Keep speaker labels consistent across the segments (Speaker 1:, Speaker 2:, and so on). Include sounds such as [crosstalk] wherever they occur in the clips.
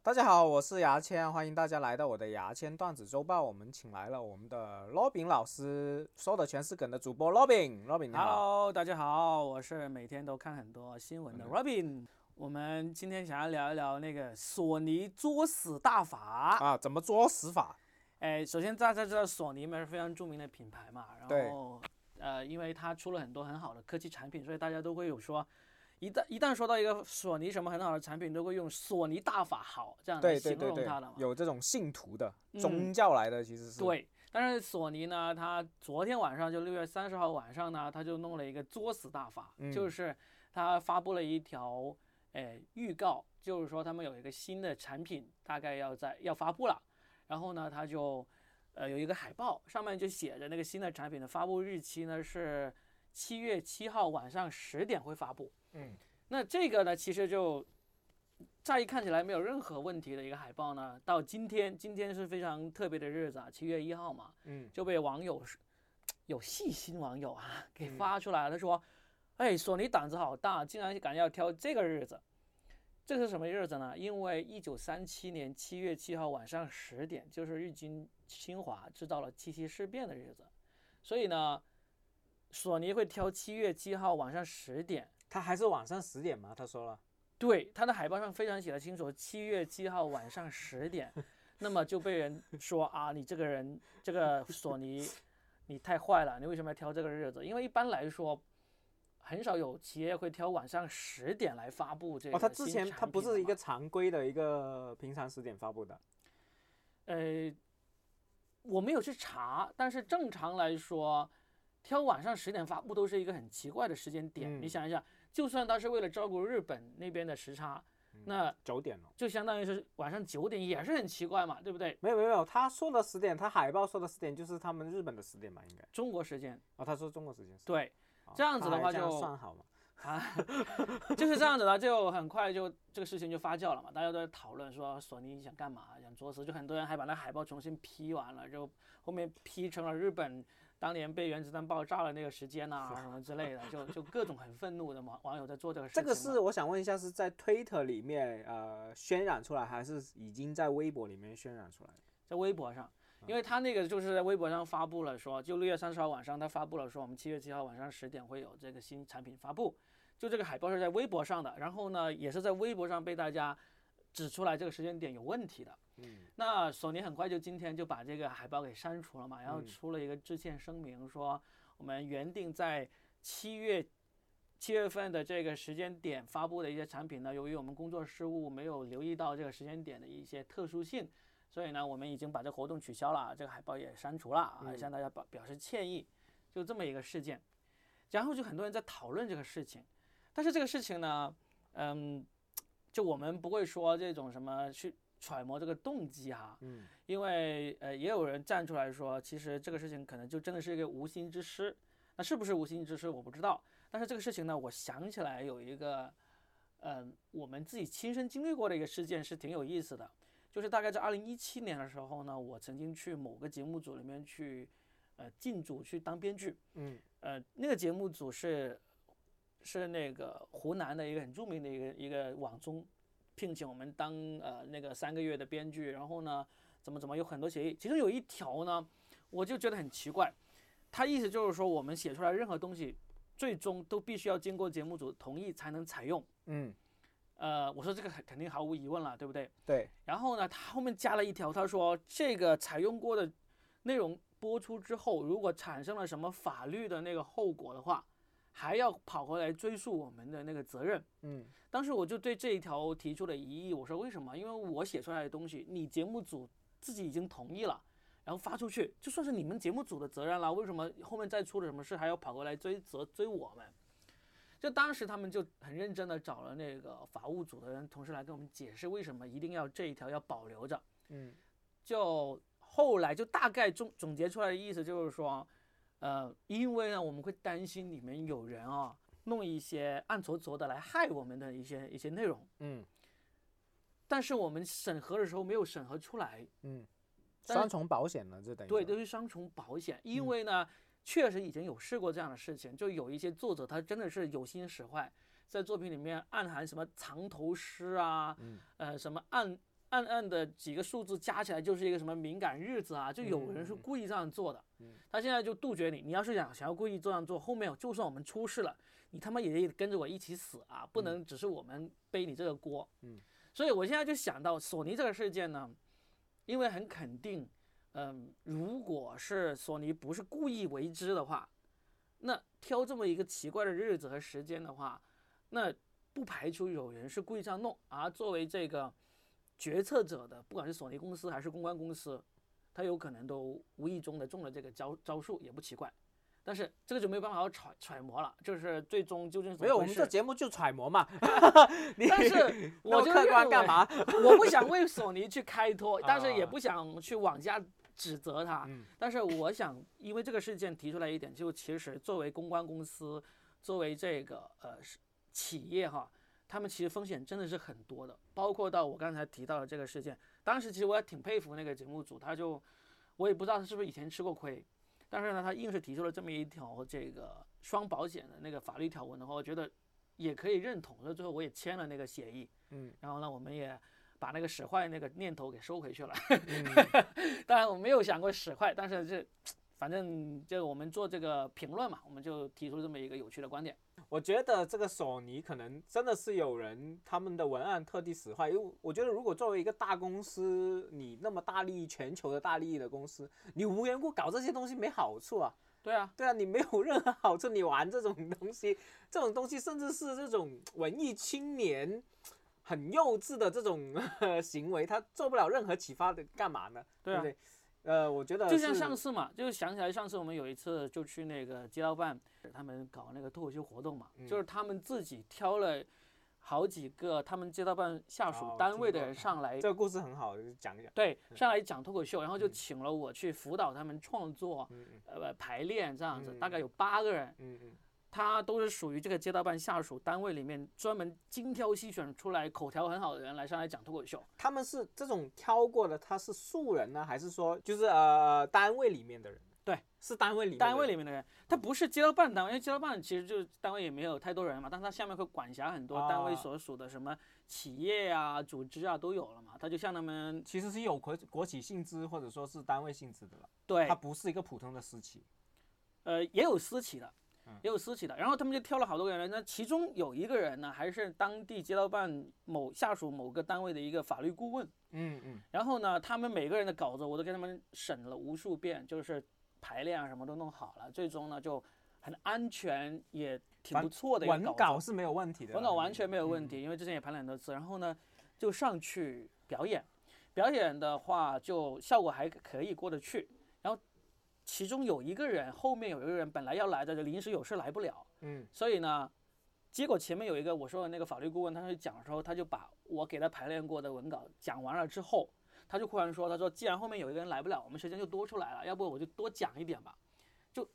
Speaker 1: 大家好，我是牙签，欢迎大家来到我的牙签段子周报。我们请来了我们的 Robin 老师，说的全是梗的主播 Robin。Robin 你好。
Speaker 2: Hello，大家好，我是每天都看很多新闻的
Speaker 1: 嗯
Speaker 2: Robin。我们今天想要聊一聊那个索尼作死大法。
Speaker 1: 啊，怎么作死法？
Speaker 2: 哎，首先大家知道索尼嘛是非常著名的品牌嘛，
Speaker 1: 对
Speaker 2: 然后呃，因为它出了很多很好的科技产品，所以大家都会有说，一旦一旦说到一个索尼什么很好的产品，都会用索尼大法好这样来
Speaker 1: 对对
Speaker 2: 啊形
Speaker 1: 对
Speaker 2: 容
Speaker 1: 对
Speaker 2: 它的嘛，。
Speaker 1: 有这种信徒的、
Speaker 2: 嗯
Speaker 1: 宗教来的，其实是。
Speaker 2: 对，但是索尼呢，它昨天晚上就六月三十号晚上呢，它就弄了一个作死大法，
Speaker 1: 嗯
Speaker 2: 就是它发布了一条呃预告，就是说他们有一个新的产品，大概要在要发布了，然后呢，它就呃有一个海报，上面就写着那个新的产品的发布日期呢是七月七号晚上十点会发布。
Speaker 1: 嗯，
Speaker 2: 那这个呢，其实就乍一看起来没有任何问题的一个海报呢，到今天，今天是非常特别的日子啊，七月一号嘛，
Speaker 1: 嗯，
Speaker 2: 就被网友是有细心网友啊给发出来了，他说：“哎，索尼胆子好大，竟然敢要挑这个日子。”这是什么日子呢？因为一九三七年七月七号晚上十点，就是日军侵华制造了七七事变的日子，所以呢，索尼会挑七月七号晚上十点
Speaker 1: 他还是晚上十点嘛，他说了。
Speaker 2: 对，它的海报上非常写的清楚，七月七号晚上十点，那么就被人说啊，你这个人，这个索尼，你太坏了，你为什么要挑这个日子？因为一般来说，很少有企业会挑晚上十点来发布这个
Speaker 1: 哦，
Speaker 2: 新产
Speaker 1: 他
Speaker 2: 品的嘛。
Speaker 1: 之前他不是一个常规的一个平常十点发布的。
Speaker 2: 呃，我没有去查，但是正常来说，挑晚上十点发布都是一个很奇怪的时间点。
Speaker 1: 嗯
Speaker 2: 你想一下，就算他是为了照顾日本那边的时差，
Speaker 1: 嗯
Speaker 2: 那
Speaker 1: 九点了。
Speaker 2: 就相当于是晚上九点，也是很奇怪嘛，对不对？
Speaker 1: 没有没有没有，他说的十点，他海报说的十点就是他们日本的十点吧，应该。
Speaker 2: 中国时间，
Speaker 1: 哦，他说中国时间10。
Speaker 2: 对，
Speaker 1: 哦，
Speaker 2: 这样子的
Speaker 1: 他还
Speaker 2: 话
Speaker 1: 样
Speaker 2: 就
Speaker 1: 算好嘛。
Speaker 2: 啊， [laughs] 就是这样子的，就很快就这个事情就发酵了嘛，大家都在讨论说索尼想干嘛，想作死，就很多人还把那海报重新 P 完了，就后面 P 成了日本当年被原子弹爆炸的那个时间呐、什么之类的，就就各种很愤怒的网网友在做这个事
Speaker 1: 这
Speaker 2: 情嘛。
Speaker 1: 个是我想问一下，是在 Twitter 里面呃渲染出来，还是已经在微博里面渲染出来的？
Speaker 2: 在微博上，
Speaker 1: 啊
Speaker 2: 因为他那个就是在微博上发布了说，就六月三十号晚上他发布了说，我们七月七号晚上十点会有这个新产品发布，就这个海报是在微博上的，然后呢也是在微博上被大家指出来这个时间点有问题的。
Speaker 1: 嗯，
Speaker 2: 那索尼很快就今天就把这个海报给删除了嘛，然后
Speaker 1: 嗯
Speaker 2: 出了一个致歉声明说，我们原定在七月七月份的这个时间点发布的一些产品呢，由于我们工作失误没有留意到这个时间点的一些特殊性，所以呢，我们已经把这个活动取消了，这个海报也删除了啊，
Speaker 1: 嗯
Speaker 2: 向大家表表示歉意，就这么一个事件。然后就很多人在讨论这个事情，但是这个事情呢，嗯，就我们不会说这种什么去揣摩这个动机哈、
Speaker 1: 嗯，
Speaker 2: 因为呃也有人站出来说，其实这个事情可能就真的是一个无心之失，那是不是无心之失我不知道，但是这个事情呢，我想起来有一个，呃，我们自己亲身经历过的一个事件是挺有意思的，就是大概在二零一七年的时候呢，我曾经去某个节目组里面去，呃，进组去当编剧，
Speaker 1: 嗯，
Speaker 2: 呃，那个节目组是是那个湖南的一个很著名的一个一个网综，聘请我们当呃那个三个月的编剧，然后呢，怎么怎么有很多协议，其中有一条呢，我就觉得很奇怪，他意思就是说我们写出来任何东西，最终都必须要经过节目组同意才能采用。
Speaker 1: 嗯，
Speaker 2: 呃，我说这个肯肯定毫无疑问了，对不对？
Speaker 1: 对，
Speaker 2: 然后呢，他后面加了一条，他说这个采用过的内容播出之后，如果产生了什么法律的那个后果的话，还要跑回来追溯我们的那个责任。
Speaker 1: 嗯，
Speaker 2: 当时我就对这一条提出了疑议，我说为什么？因为我写出来的东西，你节目组自己已经同意了，然后发出去，就算是你们节目组的责任了，为什么后面再出了什么事还要跑过来追责追我们？就当时他们就很认真的找了那个法务组的人，同事来跟我们解释为什么一定要这一条要保留着。
Speaker 1: 嗯，
Speaker 2: 就后来就大概总总结出来的意思就是说，呃，因为呢，我们会担心里面有人啊，弄一些暗搓搓的来害我们的一些一些内容，
Speaker 1: 嗯，
Speaker 2: 但是我们审核的时候没有审核出来，
Speaker 1: 嗯，
Speaker 2: 但是
Speaker 1: 双重保险了，这嗯等于
Speaker 2: 对，
Speaker 1: 说
Speaker 2: 都是双重保险，因为呢，确实已经有试过这样的事情，就有一些作者他真的是有心使坏，在作品里面暗含什么藏头诗啊，
Speaker 1: 嗯
Speaker 2: 呃，什么暗暗暗的几个数字加起来就是一个什么敏感日子啊，就有人是
Speaker 1: 嗯
Speaker 2: 故意这样做的。
Speaker 1: 嗯
Speaker 2: 他现在就杜绝你，你要是想想要故意这样做，后面就算我们出事了，你他妈也得跟着我一起死啊，不能只是我们背你这个锅。
Speaker 1: 嗯，
Speaker 2: 所以我现在就想到索尼这个事件呢，因为很肯定，嗯、如果是索尼不是故意为之的话，那挑这么一个奇怪的日子和时间的话，那不排除有人是故意这样弄。而作为这个决策者的，不管是索尼公司还是公关公司，他有可能都无意中的中了这个招招数，也不奇怪。但是这个就没有办法好揣揣摩了，就是最终究竟是怎
Speaker 1: 没
Speaker 2: 么
Speaker 1: 有，我
Speaker 2: 回
Speaker 1: 们
Speaker 2: 事
Speaker 1: 这节目就揣摩 [laughs] 嘛。你 [laughs]
Speaker 2: 但是我
Speaker 1: 那么
Speaker 2: 就
Speaker 1: 客
Speaker 2: 认
Speaker 1: 观
Speaker 2: 为
Speaker 1: 干嘛？ [laughs]
Speaker 2: [laughs] 我不想为索尼去开脱，但是也
Speaker 1: 啊
Speaker 2: 不想去往下指责他。
Speaker 1: 嗯
Speaker 2: 但是我想，因为这个事件提出来一点，就其实作为公关公司，作为这个呃是企业哈，他们其实风险真的是很多的，包括到我刚才提到的这个事件。当时其实我也挺佩服那个节目组，他就我也不知道他是不是以前吃过亏，但是呢，他硬是提出了这么一条这个双保险的那个法律条文的话，我觉得也可以认同。所以最后我也签了那个协议。
Speaker 1: 嗯
Speaker 2: 然后呢，我们也把那个使坏那个念头给收回去了。
Speaker 1: 嗯
Speaker 2: [laughs] 当然，我没有想过使坏，但是这反正就我们做这个评论嘛，我们就提出这么一个有趣的观点。
Speaker 1: 我觉得这个索尼可能真的是有人他们的文案特地使坏，因为我觉得如果作为一个大公司，你那么大利益全球的大利益的公司，你无缘故搞这些东西没好处啊。
Speaker 2: 对啊，
Speaker 1: 对啊，你没有任何好处，你玩这种东西，这种东西甚至是这种文艺青年很幼稚的这种 [laughs] 行为，他做不了任何启发的，干嘛呢？
Speaker 2: 对啊
Speaker 1: 不对？呃，我觉得
Speaker 2: 就像
Speaker 1: 是
Speaker 2: 上次嘛，就想起来上次我们有一次就去那个街道办，他们搞那个脱口秀活动嘛，
Speaker 1: 嗯
Speaker 2: 就是他们自己挑了好几个他们街道办下属
Speaker 1: 哦
Speaker 2: 单
Speaker 1: 听
Speaker 2: 位的
Speaker 1: 过
Speaker 2: 人上来
Speaker 1: 这嗯个故事很好，讲一讲。
Speaker 2: 对，上来讲脱口秀，然后就请了我去辅导他们创作、
Speaker 1: 嗯嗯
Speaker 2: 呃排练这样子，大概
Speaker 1: 嗯
Speaker 2: 有八个人，
Speaker 1: 嗯嗯，
Speaker 2: 他都是属于这个街道办下属单位里面专门精挑细选出来口条很好的人来上来讲脱口秀。
Speaker 1: 他们是这种挑过的，他是素人呢，还是说就是呃单位里面的人？
Speaker 2: 对，
Speaker 1: 是单位里面的人
Speaker 2: 单位里面的人，他不是街道办单位，因为街道办其实就是单位也没有太多人嘛，但是他下面会管辖很多单位
Speaker 1: 啊
Speaker 2: 所属的什么企业啊、组织啊都有了嘛，他就向他们
Speaker 1: 其实是有国国企性质或者说是单位性质的了，
Speaker 2: 对
Speaker 1: 它不是一个普通的私企。
Speaker 2: 呃，也有私企的，也有私企的。然后他们就挑了好多个人，那其中有一个人呢，还是当地街道办某下属某个单位的一个法律顾问。
Speaker 1: 嗯嗯
Speaker 2: 然后呢，他们每个人的稿子我都给他们审了无数遍，就是排练啊什么都弄好了，最终呢就很安全，也挺不错的一个
Speaker 1: 文
Speaker 2: 子
Speaker 1: 稿是没有问题的啦，
Speaker 2: 文稿完全没有
Speaker 1: 嗯
Speaker 2: 问题，因为之前也排了很多次。然后呢，就上去表演，表演的话就效果还可以过得去。然后其中有一个人，后面有一个人本来要来的，就临时有事来不了，
Speaker 1: 嗯
Speaker 2: 所以呢，结果前面有一个我说的那个法律顾问，他去讲的时候，他就把我给他排练过的文稿讲完了之后，他就忽然说，他说既然后面有一个人来不了，我们时间就多出来了，要不我就多讲一点吧，就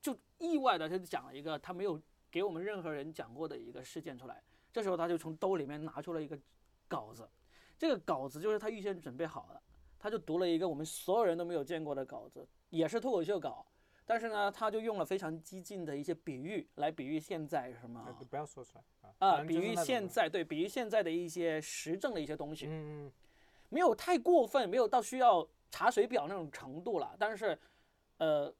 Speaker 2: 就意外的就讲了一个他没有给我们任何人讲过的一个事件出来。这时候他就从兜里面拿出了一个稿子，这个稿子就是他预先准备好的，他就读了一个我们所有人都没有见过的稿子，也是脱口秀稿。但是呢，他就用了非常激进的一些比喻来比喻现在什么
Speaker 1: 呃不要说出来啊
Speaker 2: 啊，
Speaker 1: 反正
Speaker 2: 比
Speaker 1: 就是
Speaker 2: 喻
Speaker 1: 那种
Speaker 2: 现
Speaker 1: 的
Speaker 2: 在对，比喻现在的一些时政的一些东西，
Speaker 1: 嗯嗯
Speaker 2: 没有太过分，没有到需要查水表那种程度了，但是，呃，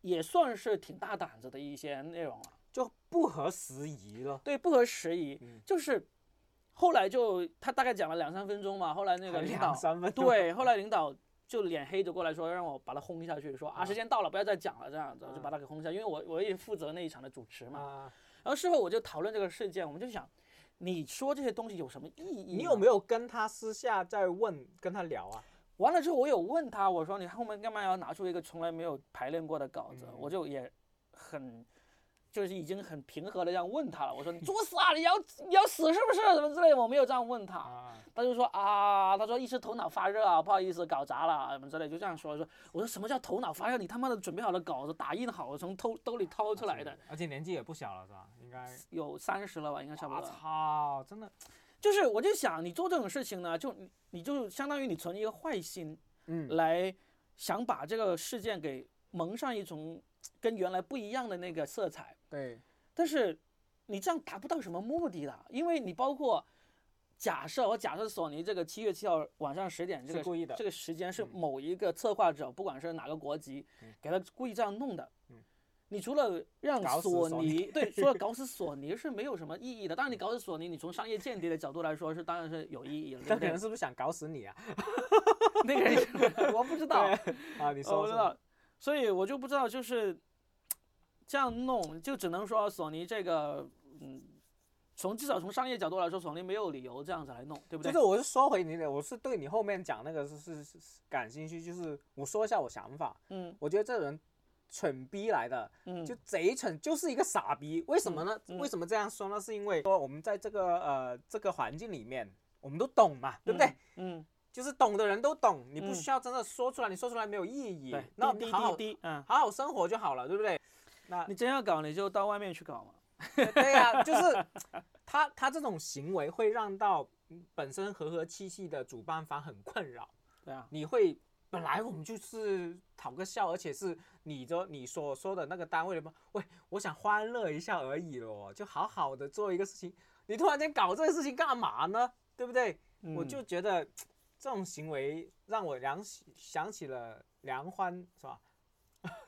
Speaker 2: 也算是挺大胆子的一些内容了。
Speaker 1: 就不合时宜了。
Speaker 2: 对，不合时宜
Speaker 1: 嗯，
Speaker 2: 就是后来就他大概讲了两三分钟嘛，后来那个
Speaker 1: 还
Speaker 2: 领
Speaker 1: 两
Speaker 2: 导
Speaker 1: 三分钟
Speaker 2: 对，后来领导就脸黑着过来说让我把他轰下去，说啊
Speaker 1: 啊
Speaker 2: 时间到了不要再讲了这样子，就把
Speaker 1: 啊
Speaker 2: 他给轰下，因为我我也负责那一场的主持嘛。
Speaker 1: 啊，
Speaker 2: 然后事后我就讨论这个事件，我们就想，你说这些东西有什么意义？
Speaker 1: 你有没
Speaker 2: 有？
Speaker 1: 有跟他私下再问跟他聊啊？
Speaker 2: 完了之后，我有问他，我说你后面干嘛要拿出一个从来没有排练过的稿子？
Speaker 1: 嗯
Speaker 2: 我就也很。就是已经很平和的这样问他了，我说你作死啊，你要你要死是不是？什么之类的，我没有这样问他。
Speaker 1: 啊，
Speaker 2: 他就说啊，他说一时头脑发热啊，不好意思搞砸了什么之类，就这样说说。我说什么叫头脑发热？你他妈的准备好了稿子，打印好了，从兜兜里掏出来的，，
Speaker 1: 而且年纪也不小了是吧？应该。
Speaker 2: 有三十了吧，应该差不
Speaker 1: 我
Speaker 2: 多。
Speaker 1: 操，真的，
Speaker 2: 就是我就想，你做这种事情呢，就你你就相当于你存一个坏心
Speaker 1: 嗯，
Speaker 2: 来想把这个事件给蒙上一层跟原来不一样的那个色彩。
Speaker 1: 对，
Speaker 2: 但是你这样达不到什么目的的，因为你包括假设我假设索尼这个七月七号晚上十点这
Speaker 1: 是
Speaker 2: 个
Speaker 1: 故意的
Speaker 2: 这个时间是
Speaker 1: 嗯
Speaker 2: 某一个策划者，不管是哪个国籍
Speaker 1: 嗯，
Speaker 2: 给他故意这样弄的
Speaker 1: 嗯。
Speaker 2: 你除了让
Speaker 1: 搞死
Speaker 2: 索
Speaker 1: 索 [laughs]
Speaker 2: 尼对，除了搞死索尼是没有什么意义的。当然，你搞死索尼，你从商业间谍的角度来说是当然是有意义了，对
Speaker 1: 这
Speaker 2: 不
Speaker 1: 个
Speaker 2: 对
Speaker 1: 人？是不是想搞死你啊？
Speaker 2: 那个人我不知道，
Speaker 1: 啊，你说
Speaker 2: 哦我不知
Speaker 1: 说。
Speaker 2: 道，所以我就不知道就是这样弄，就只能说哦索尼这个，嗯，从至少从商业角度来说，索尼没有理由这样子来弄，对不
Speaker 1: 这
Speaker 2: 对？
Speaker 1: 个我是说回你的，我是对你后面讲那个是是是是感兴趣，就是我说一下我想法，
Speaker 2: 嗯
Speaker 1: 我觉得这人蠢逼来的，
Speaker 2: 嗯，
Speaker 1: 就贼蠢，就是一个傻逼。为什么呢？
Speaker 2: 嗯嗯
Speaker 1: 为什么这样说呢？是因为说我们在这个呃这个环境里面，我们都懂嘛，对不对？
Speaker 2: 嗯，
Speaker 1: 就是懂的人都懂，你不
Speaker 2: 嗯
Speaker 1: 需要真的说出来，你说出来没有意义
Speaker 2: 对，。
Speaker 1: 那我
Speaker 2: 滴
Speaker 1: 们好
Speaker 2: 滴
Speaker 1: 好
Speaker 2: 滴滴，啊，
Speaker 1: 好好生活就好了，对不 [laughs] 对？那
Speaker 2: 你真要搞你就到外面去搞嘛，
Speaker 1: 对呀、就是他他这种行为会让到本身和和气气的主办方很困扰。
Speaker 2: 对啊，
Speaker 1: 你会本来我们就是讨个笑，而且是你这你所说的那个单位的嘛，喂，我想欢乐一下而已咯，就好好的做一个事情，你突然间搞这个事情干嘛呢？对不对？我
Speaker 2: 嗯
Speaker 1: 就觉得这种行为让我想起想起了梁欢，是吧？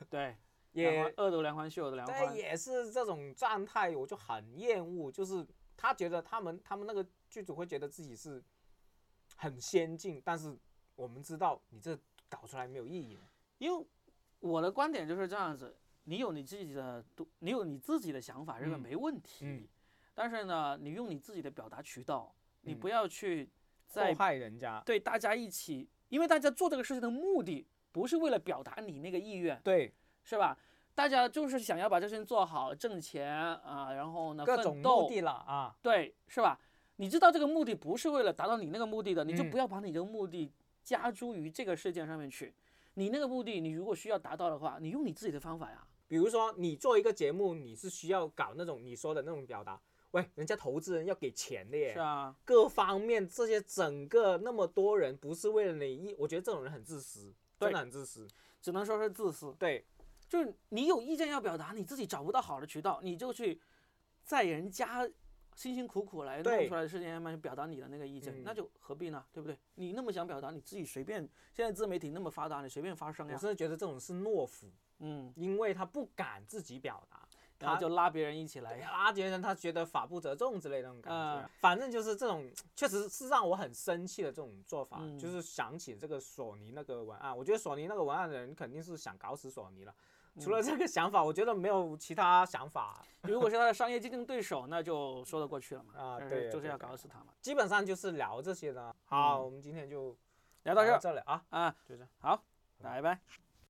Speaker 2: 对，
Speaker 1: 也
Speaker 2: 梁欢恶毒梁欢，秀的梁
Speaker 1: 对，
Speaker 2: 欢，
Speaker 1: 也是这种状态，我就很厌恶。就是他觉得他们他们那个剧组会觉得自己是很先进，但是我们知道你这搞出来没有意义。
Speaker 2: 因为我的观点就是这样子，你有你自己的独，你有你自己的想法，这个
Speaker 1: 嗯
Speaker 2: 没问题。
Speaker 1: 嗯
Speaker 2: 但是呢，你用你自己的表达渠道，你
Speaker 1: 嗯
Speaker 2: 不要去在
Speaker 1: 祸害人家。
Speaker 2: 对大家一起，因为大家做这个事情的目的不是为了表达你那个意愿，
Speaker 1: 对，
Speaker 2: 是吧？大家就是想要把这事情做好，挣钱啊，然后呢，
Speaker 1: 各
Speaker 2: 奋
Speaker 1: 种
Speaker 2: 斗
Speaker 1: 目的了啊，
Speaker 2: 对，是吧？你知道这个目的不是为了达到你那个目的的，你就
Speaker 1: 嗯
Speaker 2: 不要把你的目的加诸于这个事件上面去。你那个目的，你如果需要达到的话，你用你自己的方法呀。
Speaker 1: 比如说你做一个节目，你是需要搞那种你说的那种表达。喂，人家投资人要给钱的耶，
Speaker 2: 是啊，
Speaker 1: 各方面这些整个那么多人，不是为了你一，我觉得这种人很自私，
Speaker 2: 对
Speaker 1: 真的很自私。
Speaker 2: 只能说是自私。
Speaker 1: 对，
Speaker 2: 就是你有意见要表达，你自己找不到好的渠道，你就去在人家辛辛苦苦来弄
Speaker 1: 对
Speaker 2: 出来的事情上面去表达你的那个意见，
Speaker 1: 嗯
Speaker 2: 那就何必呢？对不对？你那么想表达，你自己随便。现在自媒体那么发达，你随便发声
Speaker 1: 我
Speaker 2: 呀
Speaker 1: 真。的觉得这种是懦夫，
Speaker 2: 嗯，
Speaker 1: 因为他不敢自己表达，
Speaker 2: 然后就拉别人一起来呀。
Speaker 1: 阿杰人他哎觉得法不责众之类的那种感觉。
Speaker 2: 嗯
Speaker 1: 反正就是这种，确实是让我很生气的这种做法。
Speaker 2: 嗯
Speaker 1: 就是想起这个索尼那个文案，我觉得索尼那个文案的人肯定是想搞死索尼了。
Speaker 2: 嗯
Speaker 1: 除了这个想法，我觉得没有其他想法，
Speaker 2: 如果是他的商业竞争对手，那就说得过去了嘛。
Speaker 1: 啊
Speaker 2: 但
Speaker 1: 对
Speaker 2: 是
Speaker 1: 呀
Speaker 2: 就是
Speaker 1: 对
Speaker 2: 要
Speaker 1: 对
Speaker 2: 搞死他嘛。
Speaker 1: 基本上就是聊这些的。好，
Speaker 2: 嗯
Speaker 1: 我们今天就
Speaker 2: 聊到这儿
Speaker 1: 这里啊，
Speaker 2: 啊，
Speaker 1: 就这样。嗯
Speaker 2: 好，拜拜。